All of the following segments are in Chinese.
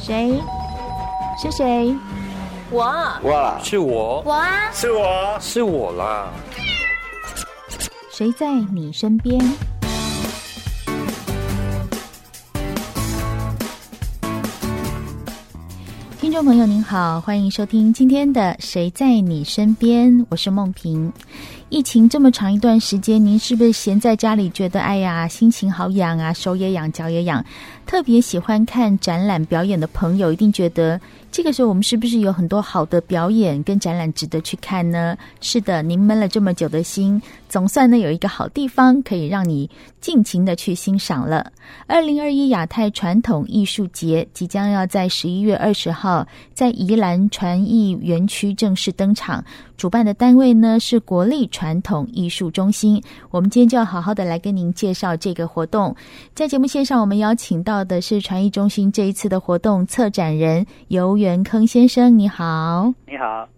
谁？是谁？我我是我，我啊，是我，是我啦。谁在你身边？听众朋友您好，欢迎收听今天的《谁在你身边》，我是梦萍。疫情这么长一段时间，您是不是闲在家里觉得哎呀，心情好痒啊，手也痒，脚也痒？特别喜欢看展览表演的朋友，一定觉得这个时候我们是不是有很多好的表演跟展览值得去看呢？是的，您闷了这么久的心，总算呢有一个好地方可以让你尽情的去欣赏了。二零二一亚太传统艺术节即将要在十一月二十号在宜兰传艺园区正式登场，主办的单位呢是国立传统艺术中心。我们今天就要好好的来跟您介绍这个活动。在节目线上，我们邀请到的是传艺中心这一次的活动策展人游元坑先生，你好。你好，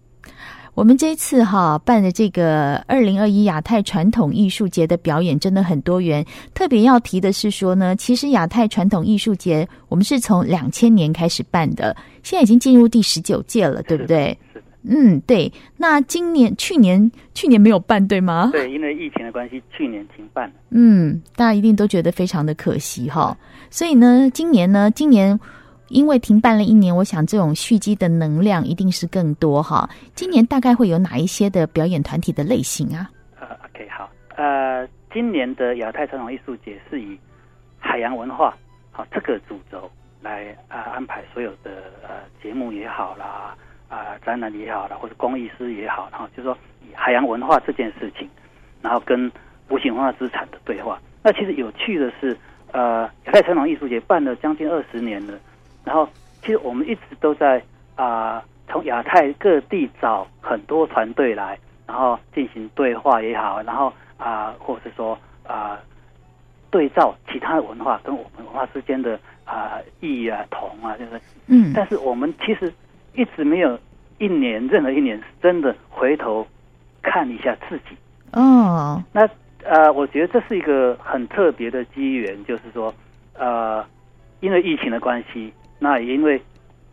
我们这一次哈办的这个二零二一亚太传统艺术节的表演真的很多元，特别要提的是说呢，其实亚太传统艺术节我们是从两千年开始办的，现在已经进入第十九届了，对不对？是的？嗯，对。那今年、去年、去年没有办，对吗是的，？对，因为疫情的关系，去年停办了。嗯，大家一定都觉得非常的可惜哈。所以呢，今年呢，今年因为停办了一年，我想这种蓄积的能量一定是更多哈。今年大概会有哪一些的表演团体的类型啊？呃，OK，好，呃，今年的亚太传统艺术节是以海洋文化好、这个主轴来啊、安排所有的呃节目也好啦，啊、展览也好啦，或者工艺师也好，然后就说以海洋文化这件事情，然后跟无形文化资产的对话。那其实有趣的是，呃，亚太传统艺术节办了将近二十年了，然后其实我们一直都在啊、从亚太各地找很多团队来，然后进行对话也好，然后啊、或者是说啊、对照其他的文化跟我们文化之间的啊、异啊、同啊，就是，嗯但是我们其实一直没有一年任何一年是真的回头看一下自己。哦，那呃，我觉得这是一个很特别的机缘，就是说，呃，因为疫情的关系，那也因为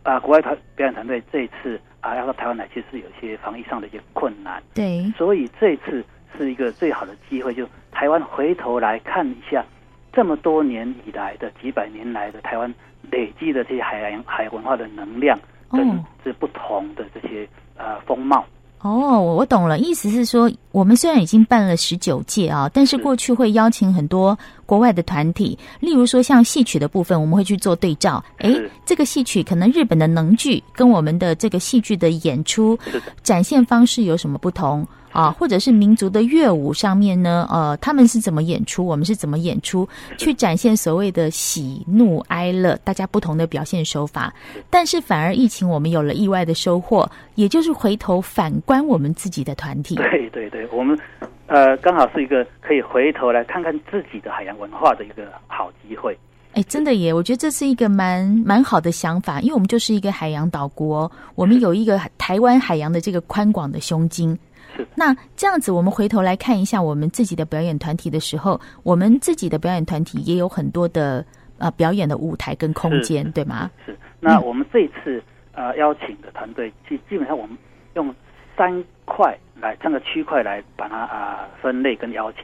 啊、国外团表演团队这一次啊、要到台湾来，其实有一些防疫上的一些困难，对，所以这一次是一个最好的机会，就台湾回头来看一下这么多年以来的几百年来的台湾累积的这些海洋海洋文化的能量，跟哦这不同的这些呃风貌。哦，我我懂了，意思是说，我们虽然已经办了十九届啊，但是是过去会邀请很多国外的团体，例如说像戏曲的部分，我们会去做对照。诶是，这个戏曲可能日本的能剧跟我们的这个戏剧的演出是的展现方式有什么不同啊？或者是民族的乐舞上面呢？呃，他们是怎么演出，我们是怎么演出，去展现所谓的喜怒哀乐，大家不同的表现手法。但是反而疫情，我们有了意外的收获，也就是回头反观我们自己的团体。 对对对，我们呃刚好是一个可以回头来看看自己的海洋文化的一个好机会。哎，真的耶！我觉得这是一个蛮蛮好的想法，因为我们就是一个海洋岛国，我们有一个台湾海洋的这个宽广的胸襟是的。那这样子，我们回头来看一下我们自己的表演团体的时候，我们自己的表演团体也有很多的呃表演的舞台跟空间，对吗？是，那我们这一次呃邀请的团队，基基本上我们用三块来三个区块来把它啊、分类跟邀请。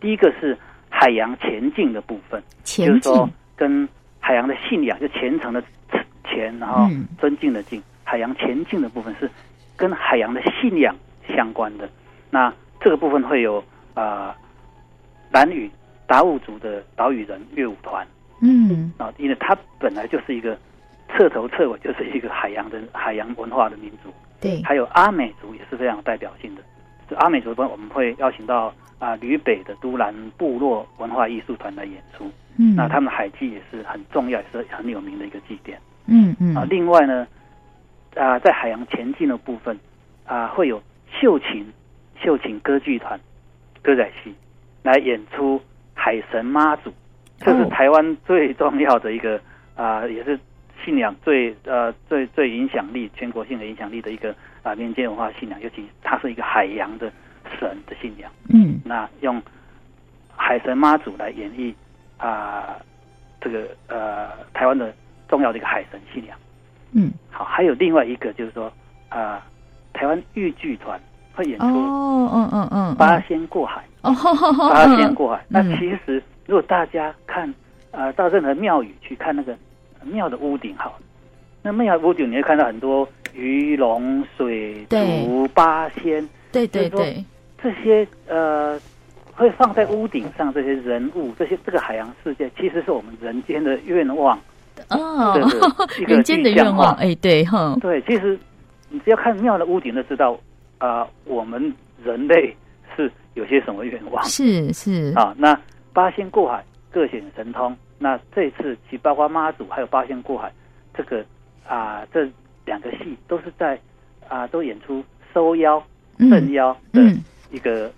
第一个是海洋前进的部分，就前是进，说跟海洋的信仰，就虔诚的虔，然后嗯尊敬的敬，海洋前进的部分是跟海洋的信仰相关的。那这个部分会有啊，蓝屿达悟族的岛屿人乐舞团嗯，啊，因为它本来就是一个彻头彻尾就是一个海洋的海洋文化的民族。对，还有阿美族也是非常有代表性的。就阿美族的部分，我们会邀请到啊、吕北的都兰部落文化艺术团来演出。嗯，那他们海祭也是很重要，也是很有名的一个祭典嗯嗯啊。另外呢，啊、在海洋前进的部分啊、会有秀琴秀琴歌剧团歌仔戏来演出《海神妈祖》，这是哦台湾最重要的一个啊、也是信仰最呃最最影响力、全国性的影响力的一个啊、民间文化信仰，尤其它是一个海洋的神的信仰。嗯那用海神妈祖来演绎啊、这个呃台湾的重要的一个海神信仰。嗯，好，还有另外一个就是说，啊、台湾豫剧团会演哦，出嗯嗯嗯， 《八仙过海》哦，八仙过海。那嗯其实如果大家看，呃，到任何庙宇去看那个庙的屋顶，好，那庙的屋顶你会看到很多鱼龙、水对族、八仙对对就是说对，这些呃，会放在屋顶上这些人物，这些这个海洋世界，其实是我们人间的愿望。哦对 对，一个人间的具象愿化望，哎，对哈，对，其实你只要看庙的屋顶就知道，啊，我们人类是有些什么愿望是是，啊。那八仙过海，各显神通。那这次其包括妈祖还有八仙过海这个啊、这两个戏都是在啊、都演出收妖镇嗯妖的嗯，一个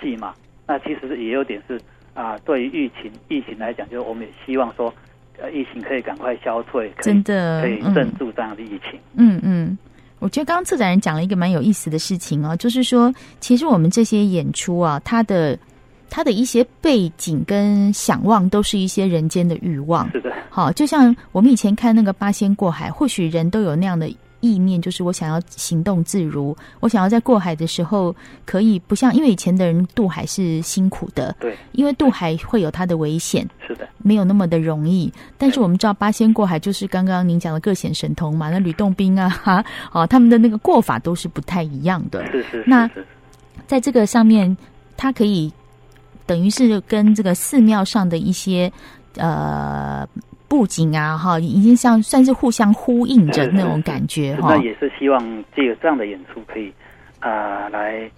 戏嘛。那其实也有点是啊、对于疫情疫情来讲，就是我们也希望说，呃，疫情可以赶快消退，可以真的，可以嗯镇住这样的疫情。嗯嗯，我觉得刚刚策展人讲了一个蛮有意思的事情哦，就是说，其实我们这些演出啊，它的它的一些背景跟想望，都是一些人间的欲望。是的，好，就像我们以前看那个《八仙过海》，或许人都有那样的意念，就是我想要行动自如，我想要在过海的时候可以不像，因为以前的人渡海是辛苦的，对，因为渡海会有它的危险，是的，没有那么的容易，但是我们知道八仙过海就是刚刚您讲的各显神通嘛，那吕洞宾啊，哈， 哦，他们的那个过法都是不太一样的。是是是那是，在这个上面，它可以等于是跟这个寺庙上的一些呃布景啊，哈，已经像算是互相呼应着是是那种感觉是哈那。也是希望借由这样的演出可以啊、来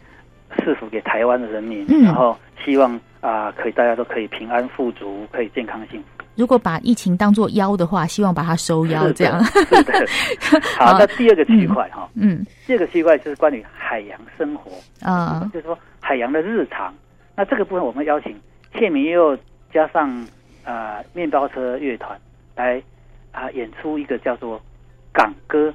赐福给台湾的人民，嗯然后希望啊、可以大家都可以平安富足，可以健康幸福。如果把疫情当做妖的话，希望把它收妖是这样的。是的。好好，那第二个区块哈， 嗯第二个区块就是关于海洋生活，啊、就是说海洋的日常。那这个部分我们邀请谢明又加上啊面包车乐团来啊、演出一个叫做《港歌》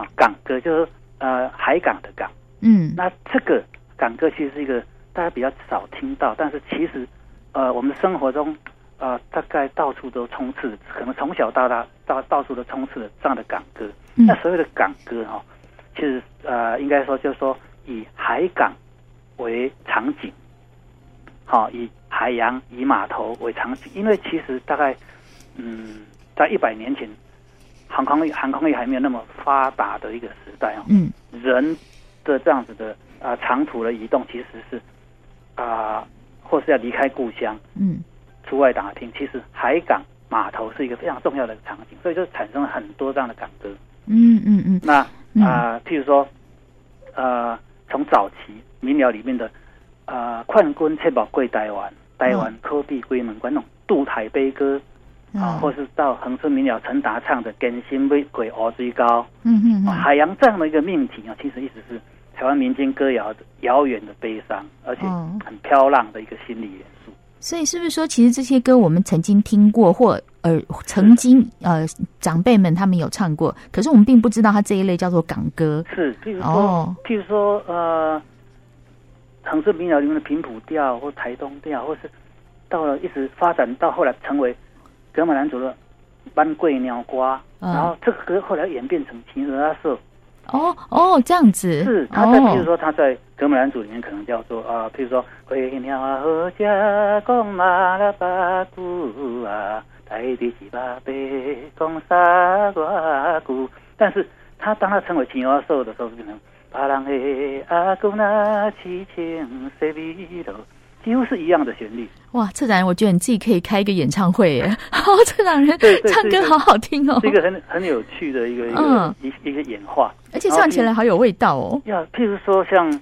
啊，港歌就是呃海港的港。嗯那这个港歌其实是一个大家比较少听到，但是其实呃我们的生活中呃大概到处都充斥，可能从小到大到到处都充斥着这样的港歌。嗯那所谓的港歌哈、哦，其实呃，应该说就是说以海港为场景，好、以海洋、以码头为场景，因为其实大概嗯，在一百年前，航空业航空业还没有那么发达的一个时代哦，嗯人的这样子的啊、呃长途的移动其实是啊、或是要离开故乡嗯出外打拼，其实海港码头是一个非常重要的场景，所以就产生了很多这样的港歌。嗯嗯嗯，那啊、嗯呃譬如说，呃，从早期民谣里面的呃，冠军切宝贵台湾，台湾科比归门关那种渡台悲歌啊、嗯或是到恒春民谣陈达唱的《根心为鬼鹅最高》嗯嗯啊嗯，海洋这样的一个命题啊，其实一直是台湾民间歌谣的遥远的悲伤，而且哦很飘浪的一个心理元素。所以是不是说，其实这些歌我们曾经听过，或呃曾经呃长辈们他们有唱过，可是我们并不知道它这一类叫做港歌。是，譬如说，哦譬如说，呃，城市民谣里面的平埔调或台东调，或是到了一直发展到后来成为格马兰族的班桂鸟瓜，嗯然后这个歌后来演变成情人阿瑟，哦哦，这样子。是他在譬如哦，说他在格马兰族里面可能叫做啊、譬如说桂鸟啊和家公马拉巴古啊，台地七八贝公沙瓜古，但是他当他成为情人阿瑟的时候，就变成。巴郎嘿，阿公那七情谁比罗，几乎是一样的旋律。哇，策展人，我觉得你自己可以开一个演唱会耶！ 好，策展人对对唱是一歌个好好听哦是，一个很很有趣的一个一个、嗯一一个演化。 而且唱起来好有味道哦。要譬如说像《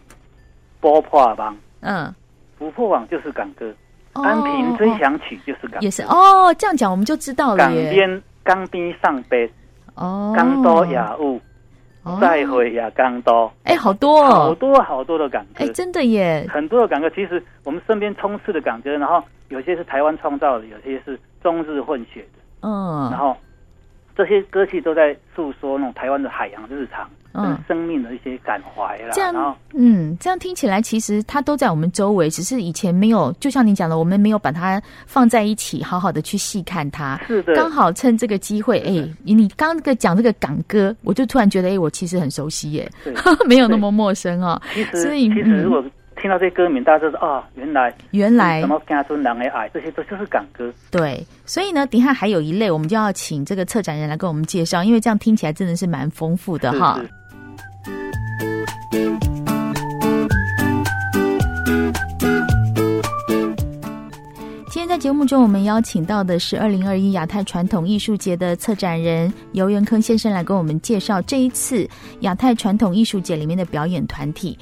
波破网》，《嗯，不破网》就是港歌，哦安平追哦想曲》就是港歌也是哦，这样讲我们就知道港了耶。边港边上北，哦，港都也哦有，再会也港都，哎，好多好哦，多好多的港歌哎，，真的耶，很多的港歌。其实我们身边充斥的港歌，然后有些是台湾创造的，有些是中日混血的，嗯然，后这些歌戏都在诉说那种台湾的海洋日常，嗯跟生命的一些感怀啦。这然后样，嗯，这样听起来其实它都在我们周围，只是以前没有，就像你讲的，我们没有把它放在一起，好好的去细看它。是的，刚好趁这个机会，哎、你你刚刚讲这个港歌，我就突然觉得，哎、我其实很熟悉耶， 对，没有那么陌生哦。其实所以其嗯实如果听到这些歌名，大家就是啊，原来原来什么跟他说南的爱，这些都就是港歌。对，所以呢，底下还有一类，我们就要请这个策展人来跟我们介绍，因为这样听起来真的是蛮丰富的是哈。是今天在节目中，我们邀请到的是二零二一亚太传统艺术节的策展人游元坑先生来跟我们介绍这一次亚太传统艺术节里面的表演团体。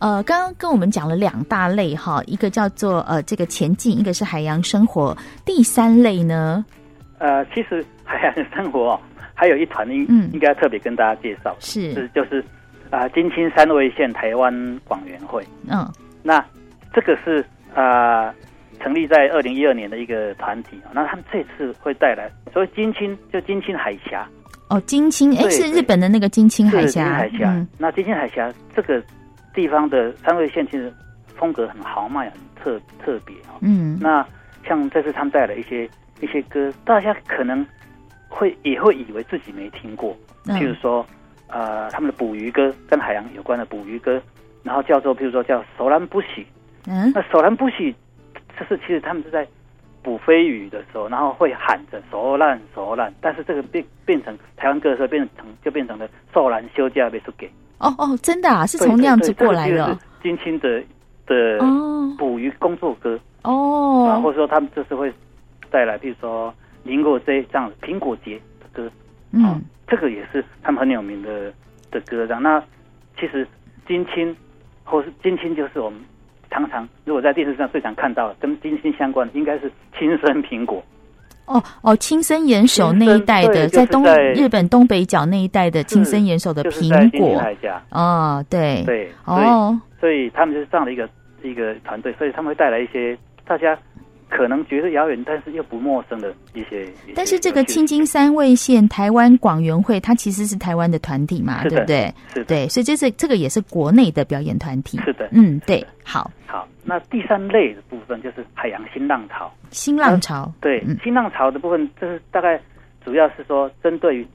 呃，刚刚跟我们讲了两大类哈，一个叫做呃这个前进，一个是海洋生活，第三类呢，呃，其实海洋生活、哦、还有一团应、嗯应该要特别跟大家介绍，是是就是啊、金青三位县台湾广园会。嗯那这个是啊、呃成立在二零一二年的一个团体啊、那他们这次会带来，所以金青就金青海峡，哦金青，哎对是对日本的那个金青海是金峡，青海峡。嗯那金青海峡这个地方的三位县其实风格很豪迈，很特特别啊、嗯，那像这次他们带来一些一些歌，大家可能会也会以为自己没听过，嗯譬如说，呃，他们的捕鱼歌跟海洋有关的捕鱼歌，然后叫做譬如说叫手兰不喜，嗯那手兰不喜，这是其实他们是在捕飞鱼的时候，然后会喊着手兰手兰，但是这个变变成台湾歌的时候变成就变成了手兰休假被输给，哦哦，真的啊，是是从那样子过来的哦是金青的的哦捕鱼工作歌。啊，或哦，者说他们就是会带来，譬如说林果这这样子苹果节的歌，啊嗯，这个也是他们很有名的的歌这样。那其实金青，或是金青，就是我们常常如果在电视上最常看到的跟金青相关的，应该是青森苹果。哦哦，青森岩手那一带的，青森对就是东在嗯日本东北角那一带的青森岩手的就是苹在金青果海峡，哦，对，对，所以、哦，所以他们就是这样的一个一个团队，所以他们会带来一些大家可能觉得遥远，但是又不陌生的一些。一些但是这有个趣青金三位县台湾广园会，它其实是台湾的团体嘛，是对的不对？是的对，所以这是这个也是国内的表演团体。是的，嗯，对，好，好，那第三类的部分就是海洋新浪潮。新浪潮，对嗯，新浪潮的部分，这是大概主要是说针对于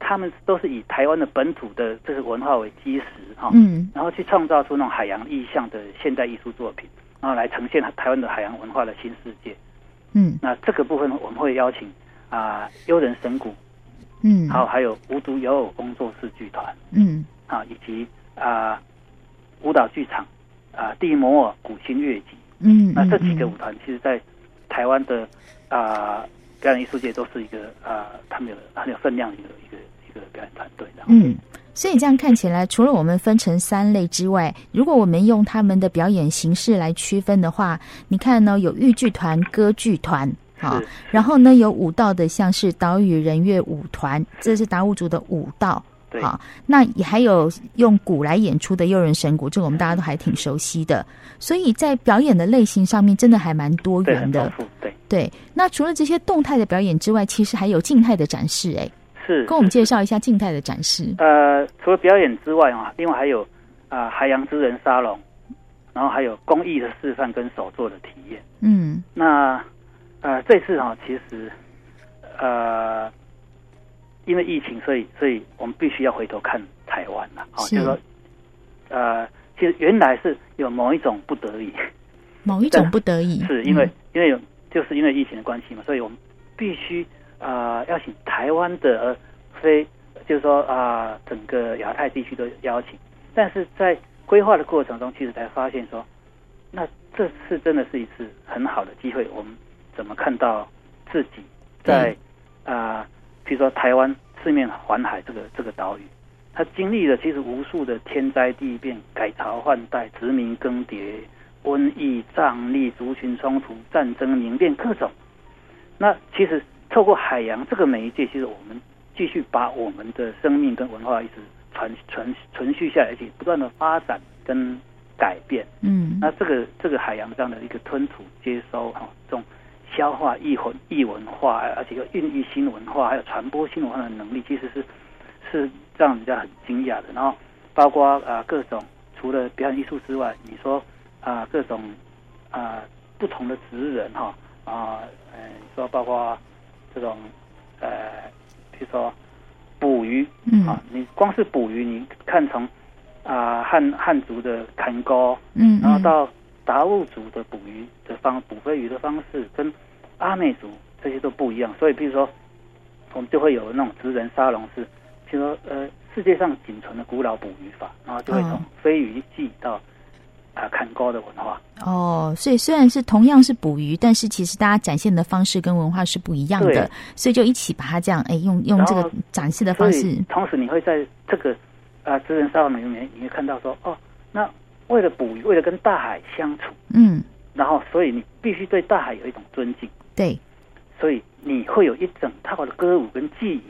他们都是以台湾的本土的这个文化为基石哈、嗯然后去创造出那种海洋意象的现代艺术作品，然后来呈现台湾的海洋文化的新世界。嗯那这个部分我们会邀请啊、悠人神谷，嗯，还有，还有无独有偶工作室剧团嗯啊，以及啊、舞蹈剧场啊、地摩尔古琴乐集。嗯，那这嗯几个舞团，其实在台湾的啊、表演艺术界都是一个啊、他们有很有分量的一个一个一个表演团队的。嗯，所以这样看起来，除了我们分成三类之外，如果我们用他们的表演形式来区分的话，你看呢，有豫剧团、歌剧团。啊是，然后呢，有舞蹈的，像是岛屿人乐舞团，这是达悟族的舞蹈。对好，那也还有用鼓来演出的诱人神鼓，这个我们大家都还挺熟悉的。所以在表演的类型上面，真的还蛮多对，很元丰的。富，对，对，那除了这些动态的表演之外，其实还有静态的展示。哎，是跟我们介绍一下静态的展示。呃，除了表演之外啊，另外还有啊、海洋之人沙龙，然后还有公益的示范跟手作的体验。嗯，那呃，这次哈、其实呃，因为疫情，所以所以我们必须要回头看台湾了。哦，是就是说，呃，其实原来是有某一种不得已，某一但种不得已，是因为、因为有就是因为疫情的关系嘛，所以我们必须呃邀请台湾的呃非就是说啊、呃整个亚太地区的邀请，但是在规划的过程中，其实才发现说，那这次真的是一次很好的机会，我们怎么看到自己在啊、呃比如说台湾四面环海这个这个岛屿。它经历了其实无数的天灾地变、改朝换代、殖民更迭、瘟疫、瘴疠、族群冲突、战争、民变各种。那其实透过海洋这个媒介，其实我们继续把我们的生命跟文化一直传传存续下来，而且不断的发展跟改变。嗯，那这个这个海洋这样的一个吞吐、接收哈、这种消化异文异文化，而且有孕育新文化，还有传播新文化的能力，其实是是让人家很惊讶的。然后包括啊、呃各种除了表演艺术之外，你说啊、各种啊、不同的职人哈啊，嗯、你说包括这种呃，比如说捕鱼嗯啊，你光是捕鱼，你看从啊、汉汉族的砍钩，嗯，然后到达悟族的捕鱼的方捕飞鱼的方式跟阿美族这些都不一样，所以比如说我们就会有那种职人沙龙是，譬如说呃世界上仅存的古老捕鱼法，然后就会从嗯飞鱼记到啊砍钩的文化，哦，所以虽然是同样是捕鱼，但是其实大家展现的方式跟文化是不一样的对，所以就一起把它这样，哎，用用这然个后展示的所方式以，同时你会在这个啊职人沙龙里面你会看到说哦那为了捕鱼为了跟大海相处，嗯，然后所以你必须对大海有一种尊敬。对，所以你会有一整套的歌舞跟技艺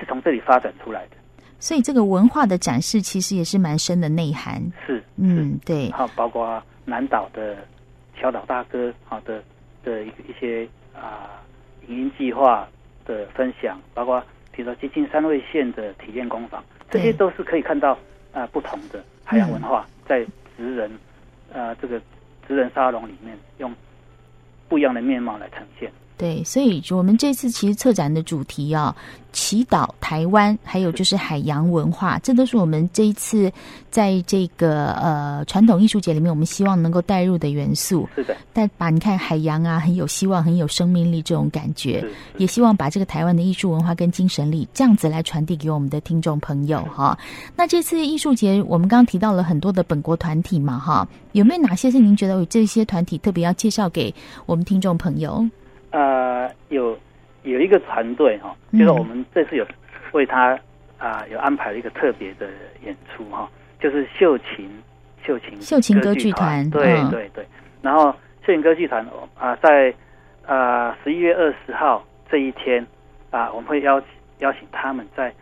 是从这里发展出来的，所以这个文化的展示其实也是蛮深的内涵，是，嗯，对然，后包括南岛的小岛大哥好的的一个一些啊、影音计划的分享，包括比如说接近三位县的体验工坊，这对些都是可以看到啊、不同的海洋文化在职人啊这个职人沙龙里面用不一样的面貌来呈现。对，所以我们这次其实策展的主题啊，祈祷台湾，还有就是海洋文化，这都是我们这一次在这个呃传统艺术节里面，我们希望能够带入的元素。是的，但把你看海洋啊，很有希望，很有生命力这种感觉是，也希望把这个台湾的艺术文化跟精神力这样子来传递给我们的听众朋友哈。那这次艺术节，我们刚刚提到了很多的本国团体嘛哈，有没有哪些是您觉得有哦这些团体特别要介绍给我们听众朋友？呃，有有一个团队哈，嗯就是我们这次有为他啊、有安排了一个特别的演出哈，就是秀琴秀琴秀琴歌剧团团，对、嗯对对。然后秀琴歌剧团啊、在啊十一月二十号这一天啊、我们会邀请邀请他们在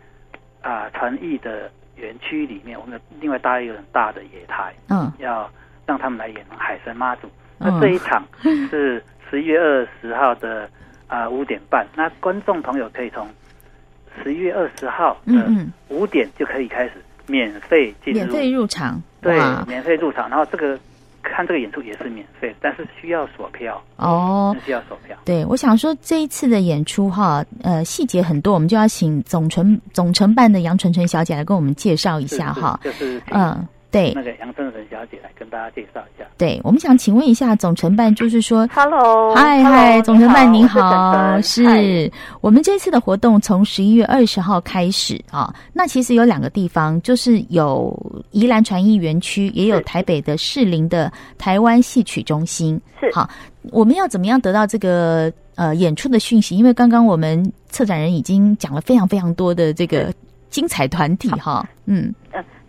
啊、传艺的园区里面，我们另外搭一个很大的野台，嗯要让他们来演海神妈祖。嗯那这 一场是十一月二十号的啊五、点半，那观众朋友可以从十一月二十号嗯的嗯，五点就可以开始免费呃进入，免费入场，对哇，免费入场。然后这个看这个演出也是免费，但是需要索票，哦。需要索票。对，我想说这一次的演出哈，呃，细节很多，我们就要请总承总承办的杨纯纯小姐来跟我们介绍一是下哈。是就是请嗯，对那个杨真人小姐来跟大家介绍一下。对，我们想请问一下总承办，就是说 Hello，嗨 hello，嗨，总承办您你好，好，我是沈是我们这次的活动从十一月二十号开始啊。那其实有两个地方，就是有宜兰传艺园区，也有是台北的士林的台湾戏曲中心。是好，我们要怎么样得到这个呃演出的讯息？因为刚刚我们策展人已经讲了非常非常多的这个精彩团体哈，嗯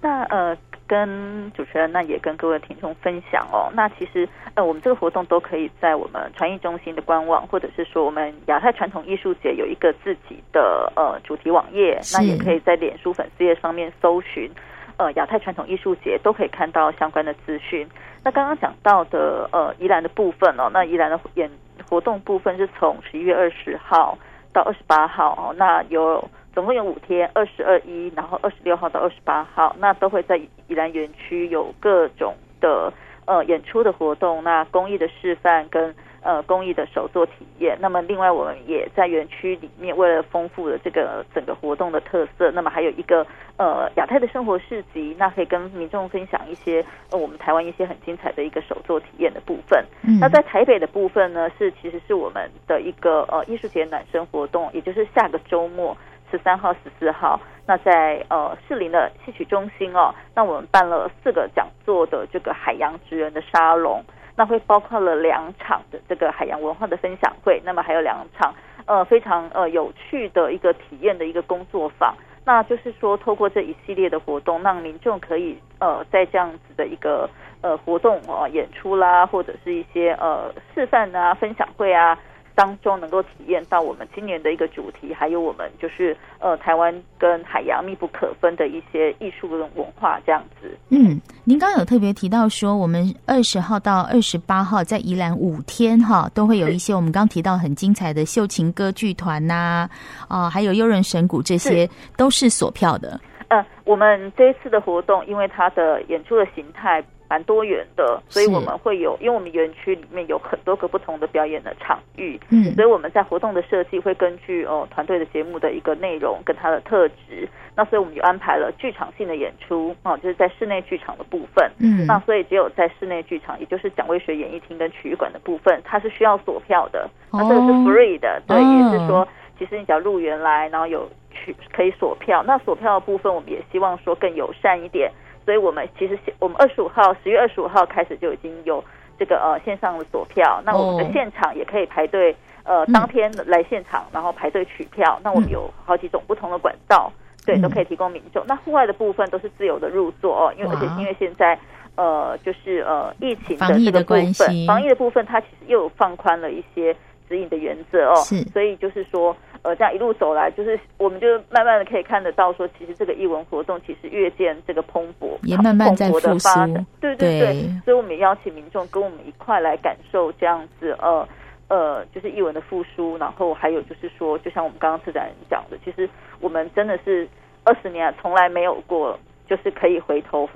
那呃，跟主持人那也跟各位听众分享哦。那其实呃，我们这个活动都可以在我们传艺中心的官网，或者是说我们亚太传统艺术节有一个自己的呃主题网页，是那也可以在脸书粉丝页上面搜寻。呃，亚太传统艺术节都可以看到相关的资讯。那刚刚讲到的呃，宜兰的部分哦，那宜兰的演活动部分是从十一月二十号到二十八号哦，那有总共有五天，二十二一，然后二十六号到二十八号，那都会在宜兰园区有各种的呃演出的活动，那公益的示范跟呃公益的手作体验。那么另外我们也在园区里面，为了丰富了这个整个活动的特色，那么还有一个呃亚太的生活市集，那可以跟民众分享一些呃我们台湾一些很精彩的一个手作体验的部分。嗯，那在台北的部分呢，是其实是我们的一个呃艺术节暖身活动，也就是下个周末十三号、十四号，那在呃士林的戏曲中心哦，那我们办了四个讲座的这个海洋职人的沙龙，那会包括了两场的这个海洋文化的分享会，那么还有两场呃非常呃有趣的一个体验的一个工作坊。那就是说，透过这一系列的活动，让民众可以呃，在这样子的一个呃呃活动哦、演出啦，或者是一些呃示范啊、分享会啊，当中能够体验到我们今年的一个主题，还有我们就是呃台湾跟海洋密不可分的一些艺术跟文化这样子。嗯，您刚刚有特别提到说，我们二十号到二十八号在宜兰五天哈，都会有一些我们刚提到很精彩的秀琴歌剧团呐、啊，还有幽人神谷这些都是锁票的。呃，我们这一次的活动，因为它的演出的形态蛮多元的，所以我们会有，因为我们园区里面有很多个不同的表演的场域，嗯所以我们在活动的设计会根据哦团队的节目的一个内容跟它的特质，那所以我们就安排了剧场性的演出哦，就是在室内剧场的部分。嗯那所以只有在室内剧场，也就是蒋渭水演艺厅跟曲艺馆的部分，它是需要锁票的，哦那这个是 free 的，对，嗯也是说，其实你只要入园来，然后有去可以锁票。那锁票的部分，我们也希望说更友善一点，所以我们其实现我们二十五号，十月二十五号开始就已经有这个呃线上的锁票，那我们哦的现场也可以排队。呃，嗯当天来现场，然后排队取票。那我们嗯有好几种不同的管道，对，嗯都可以提供民众。那户外的部分都是自由的入座哦，因为哇而且因为现在呃，就是呃疫情防的疫这的个部关系分，防疫的部分它其实又放宽了一些指引的原则哦，是所以就是说呃这样一路走来，就是我们就慢慢的可以看得到说，其实这个艺文活动其实越见这个蓬勃，也慢慢在蓬勃的复苏发展，对对对，对所以我们也邀请民众跟我们一块来感受这样子呃。呃，就是译文的复苏，然后还有就是说，就像我们刚刚策展人讲的，其实我们真的是二十年来从来没有过，就是可以回头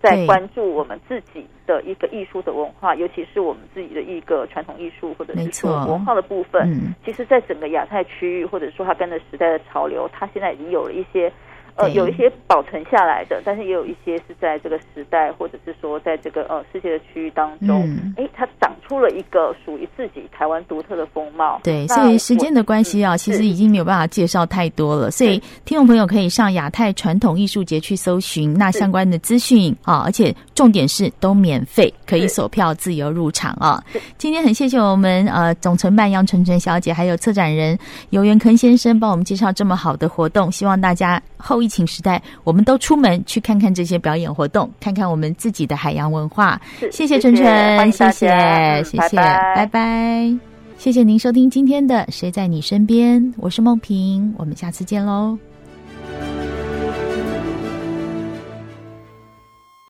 对再关注我们自己的一个艺术的文化，尤其是我们自己的一个传统艺术或者没是错说文化的部分。嗯其实，在整个亚太区域，或者说它跟着时代的潮流，它现在已经有了一些，呃，对有一些保存下来的，但是也有一些是在这个时代，或者是说在这个呃世界的区域当中，嗯，诶，它长出了一个属于自己台湾独特的风貌。对，那所以我时间的关系啊，嗯其是实已经没有办法介绍太多了，所以听众朋友可以上亚太传统艺术节去搜寻那相关的资讯啊，而且重点是都免费，可以是索票自由入场啊。今天很谢谢我们呃总承办杨纯纯小姐，还有策展人游元坑先生帮我们介绍这么好的活动，希望大家后疫情时代，我们都出门去看看这些表演活动，看看我们自己的海洋文化。是谢谢纯欢纯，迎谢大谢家，嗯谢拜谢，拜拜拜。谢谢您收听今天的《谁在你身边》，我是梦萍，我们下次见喽。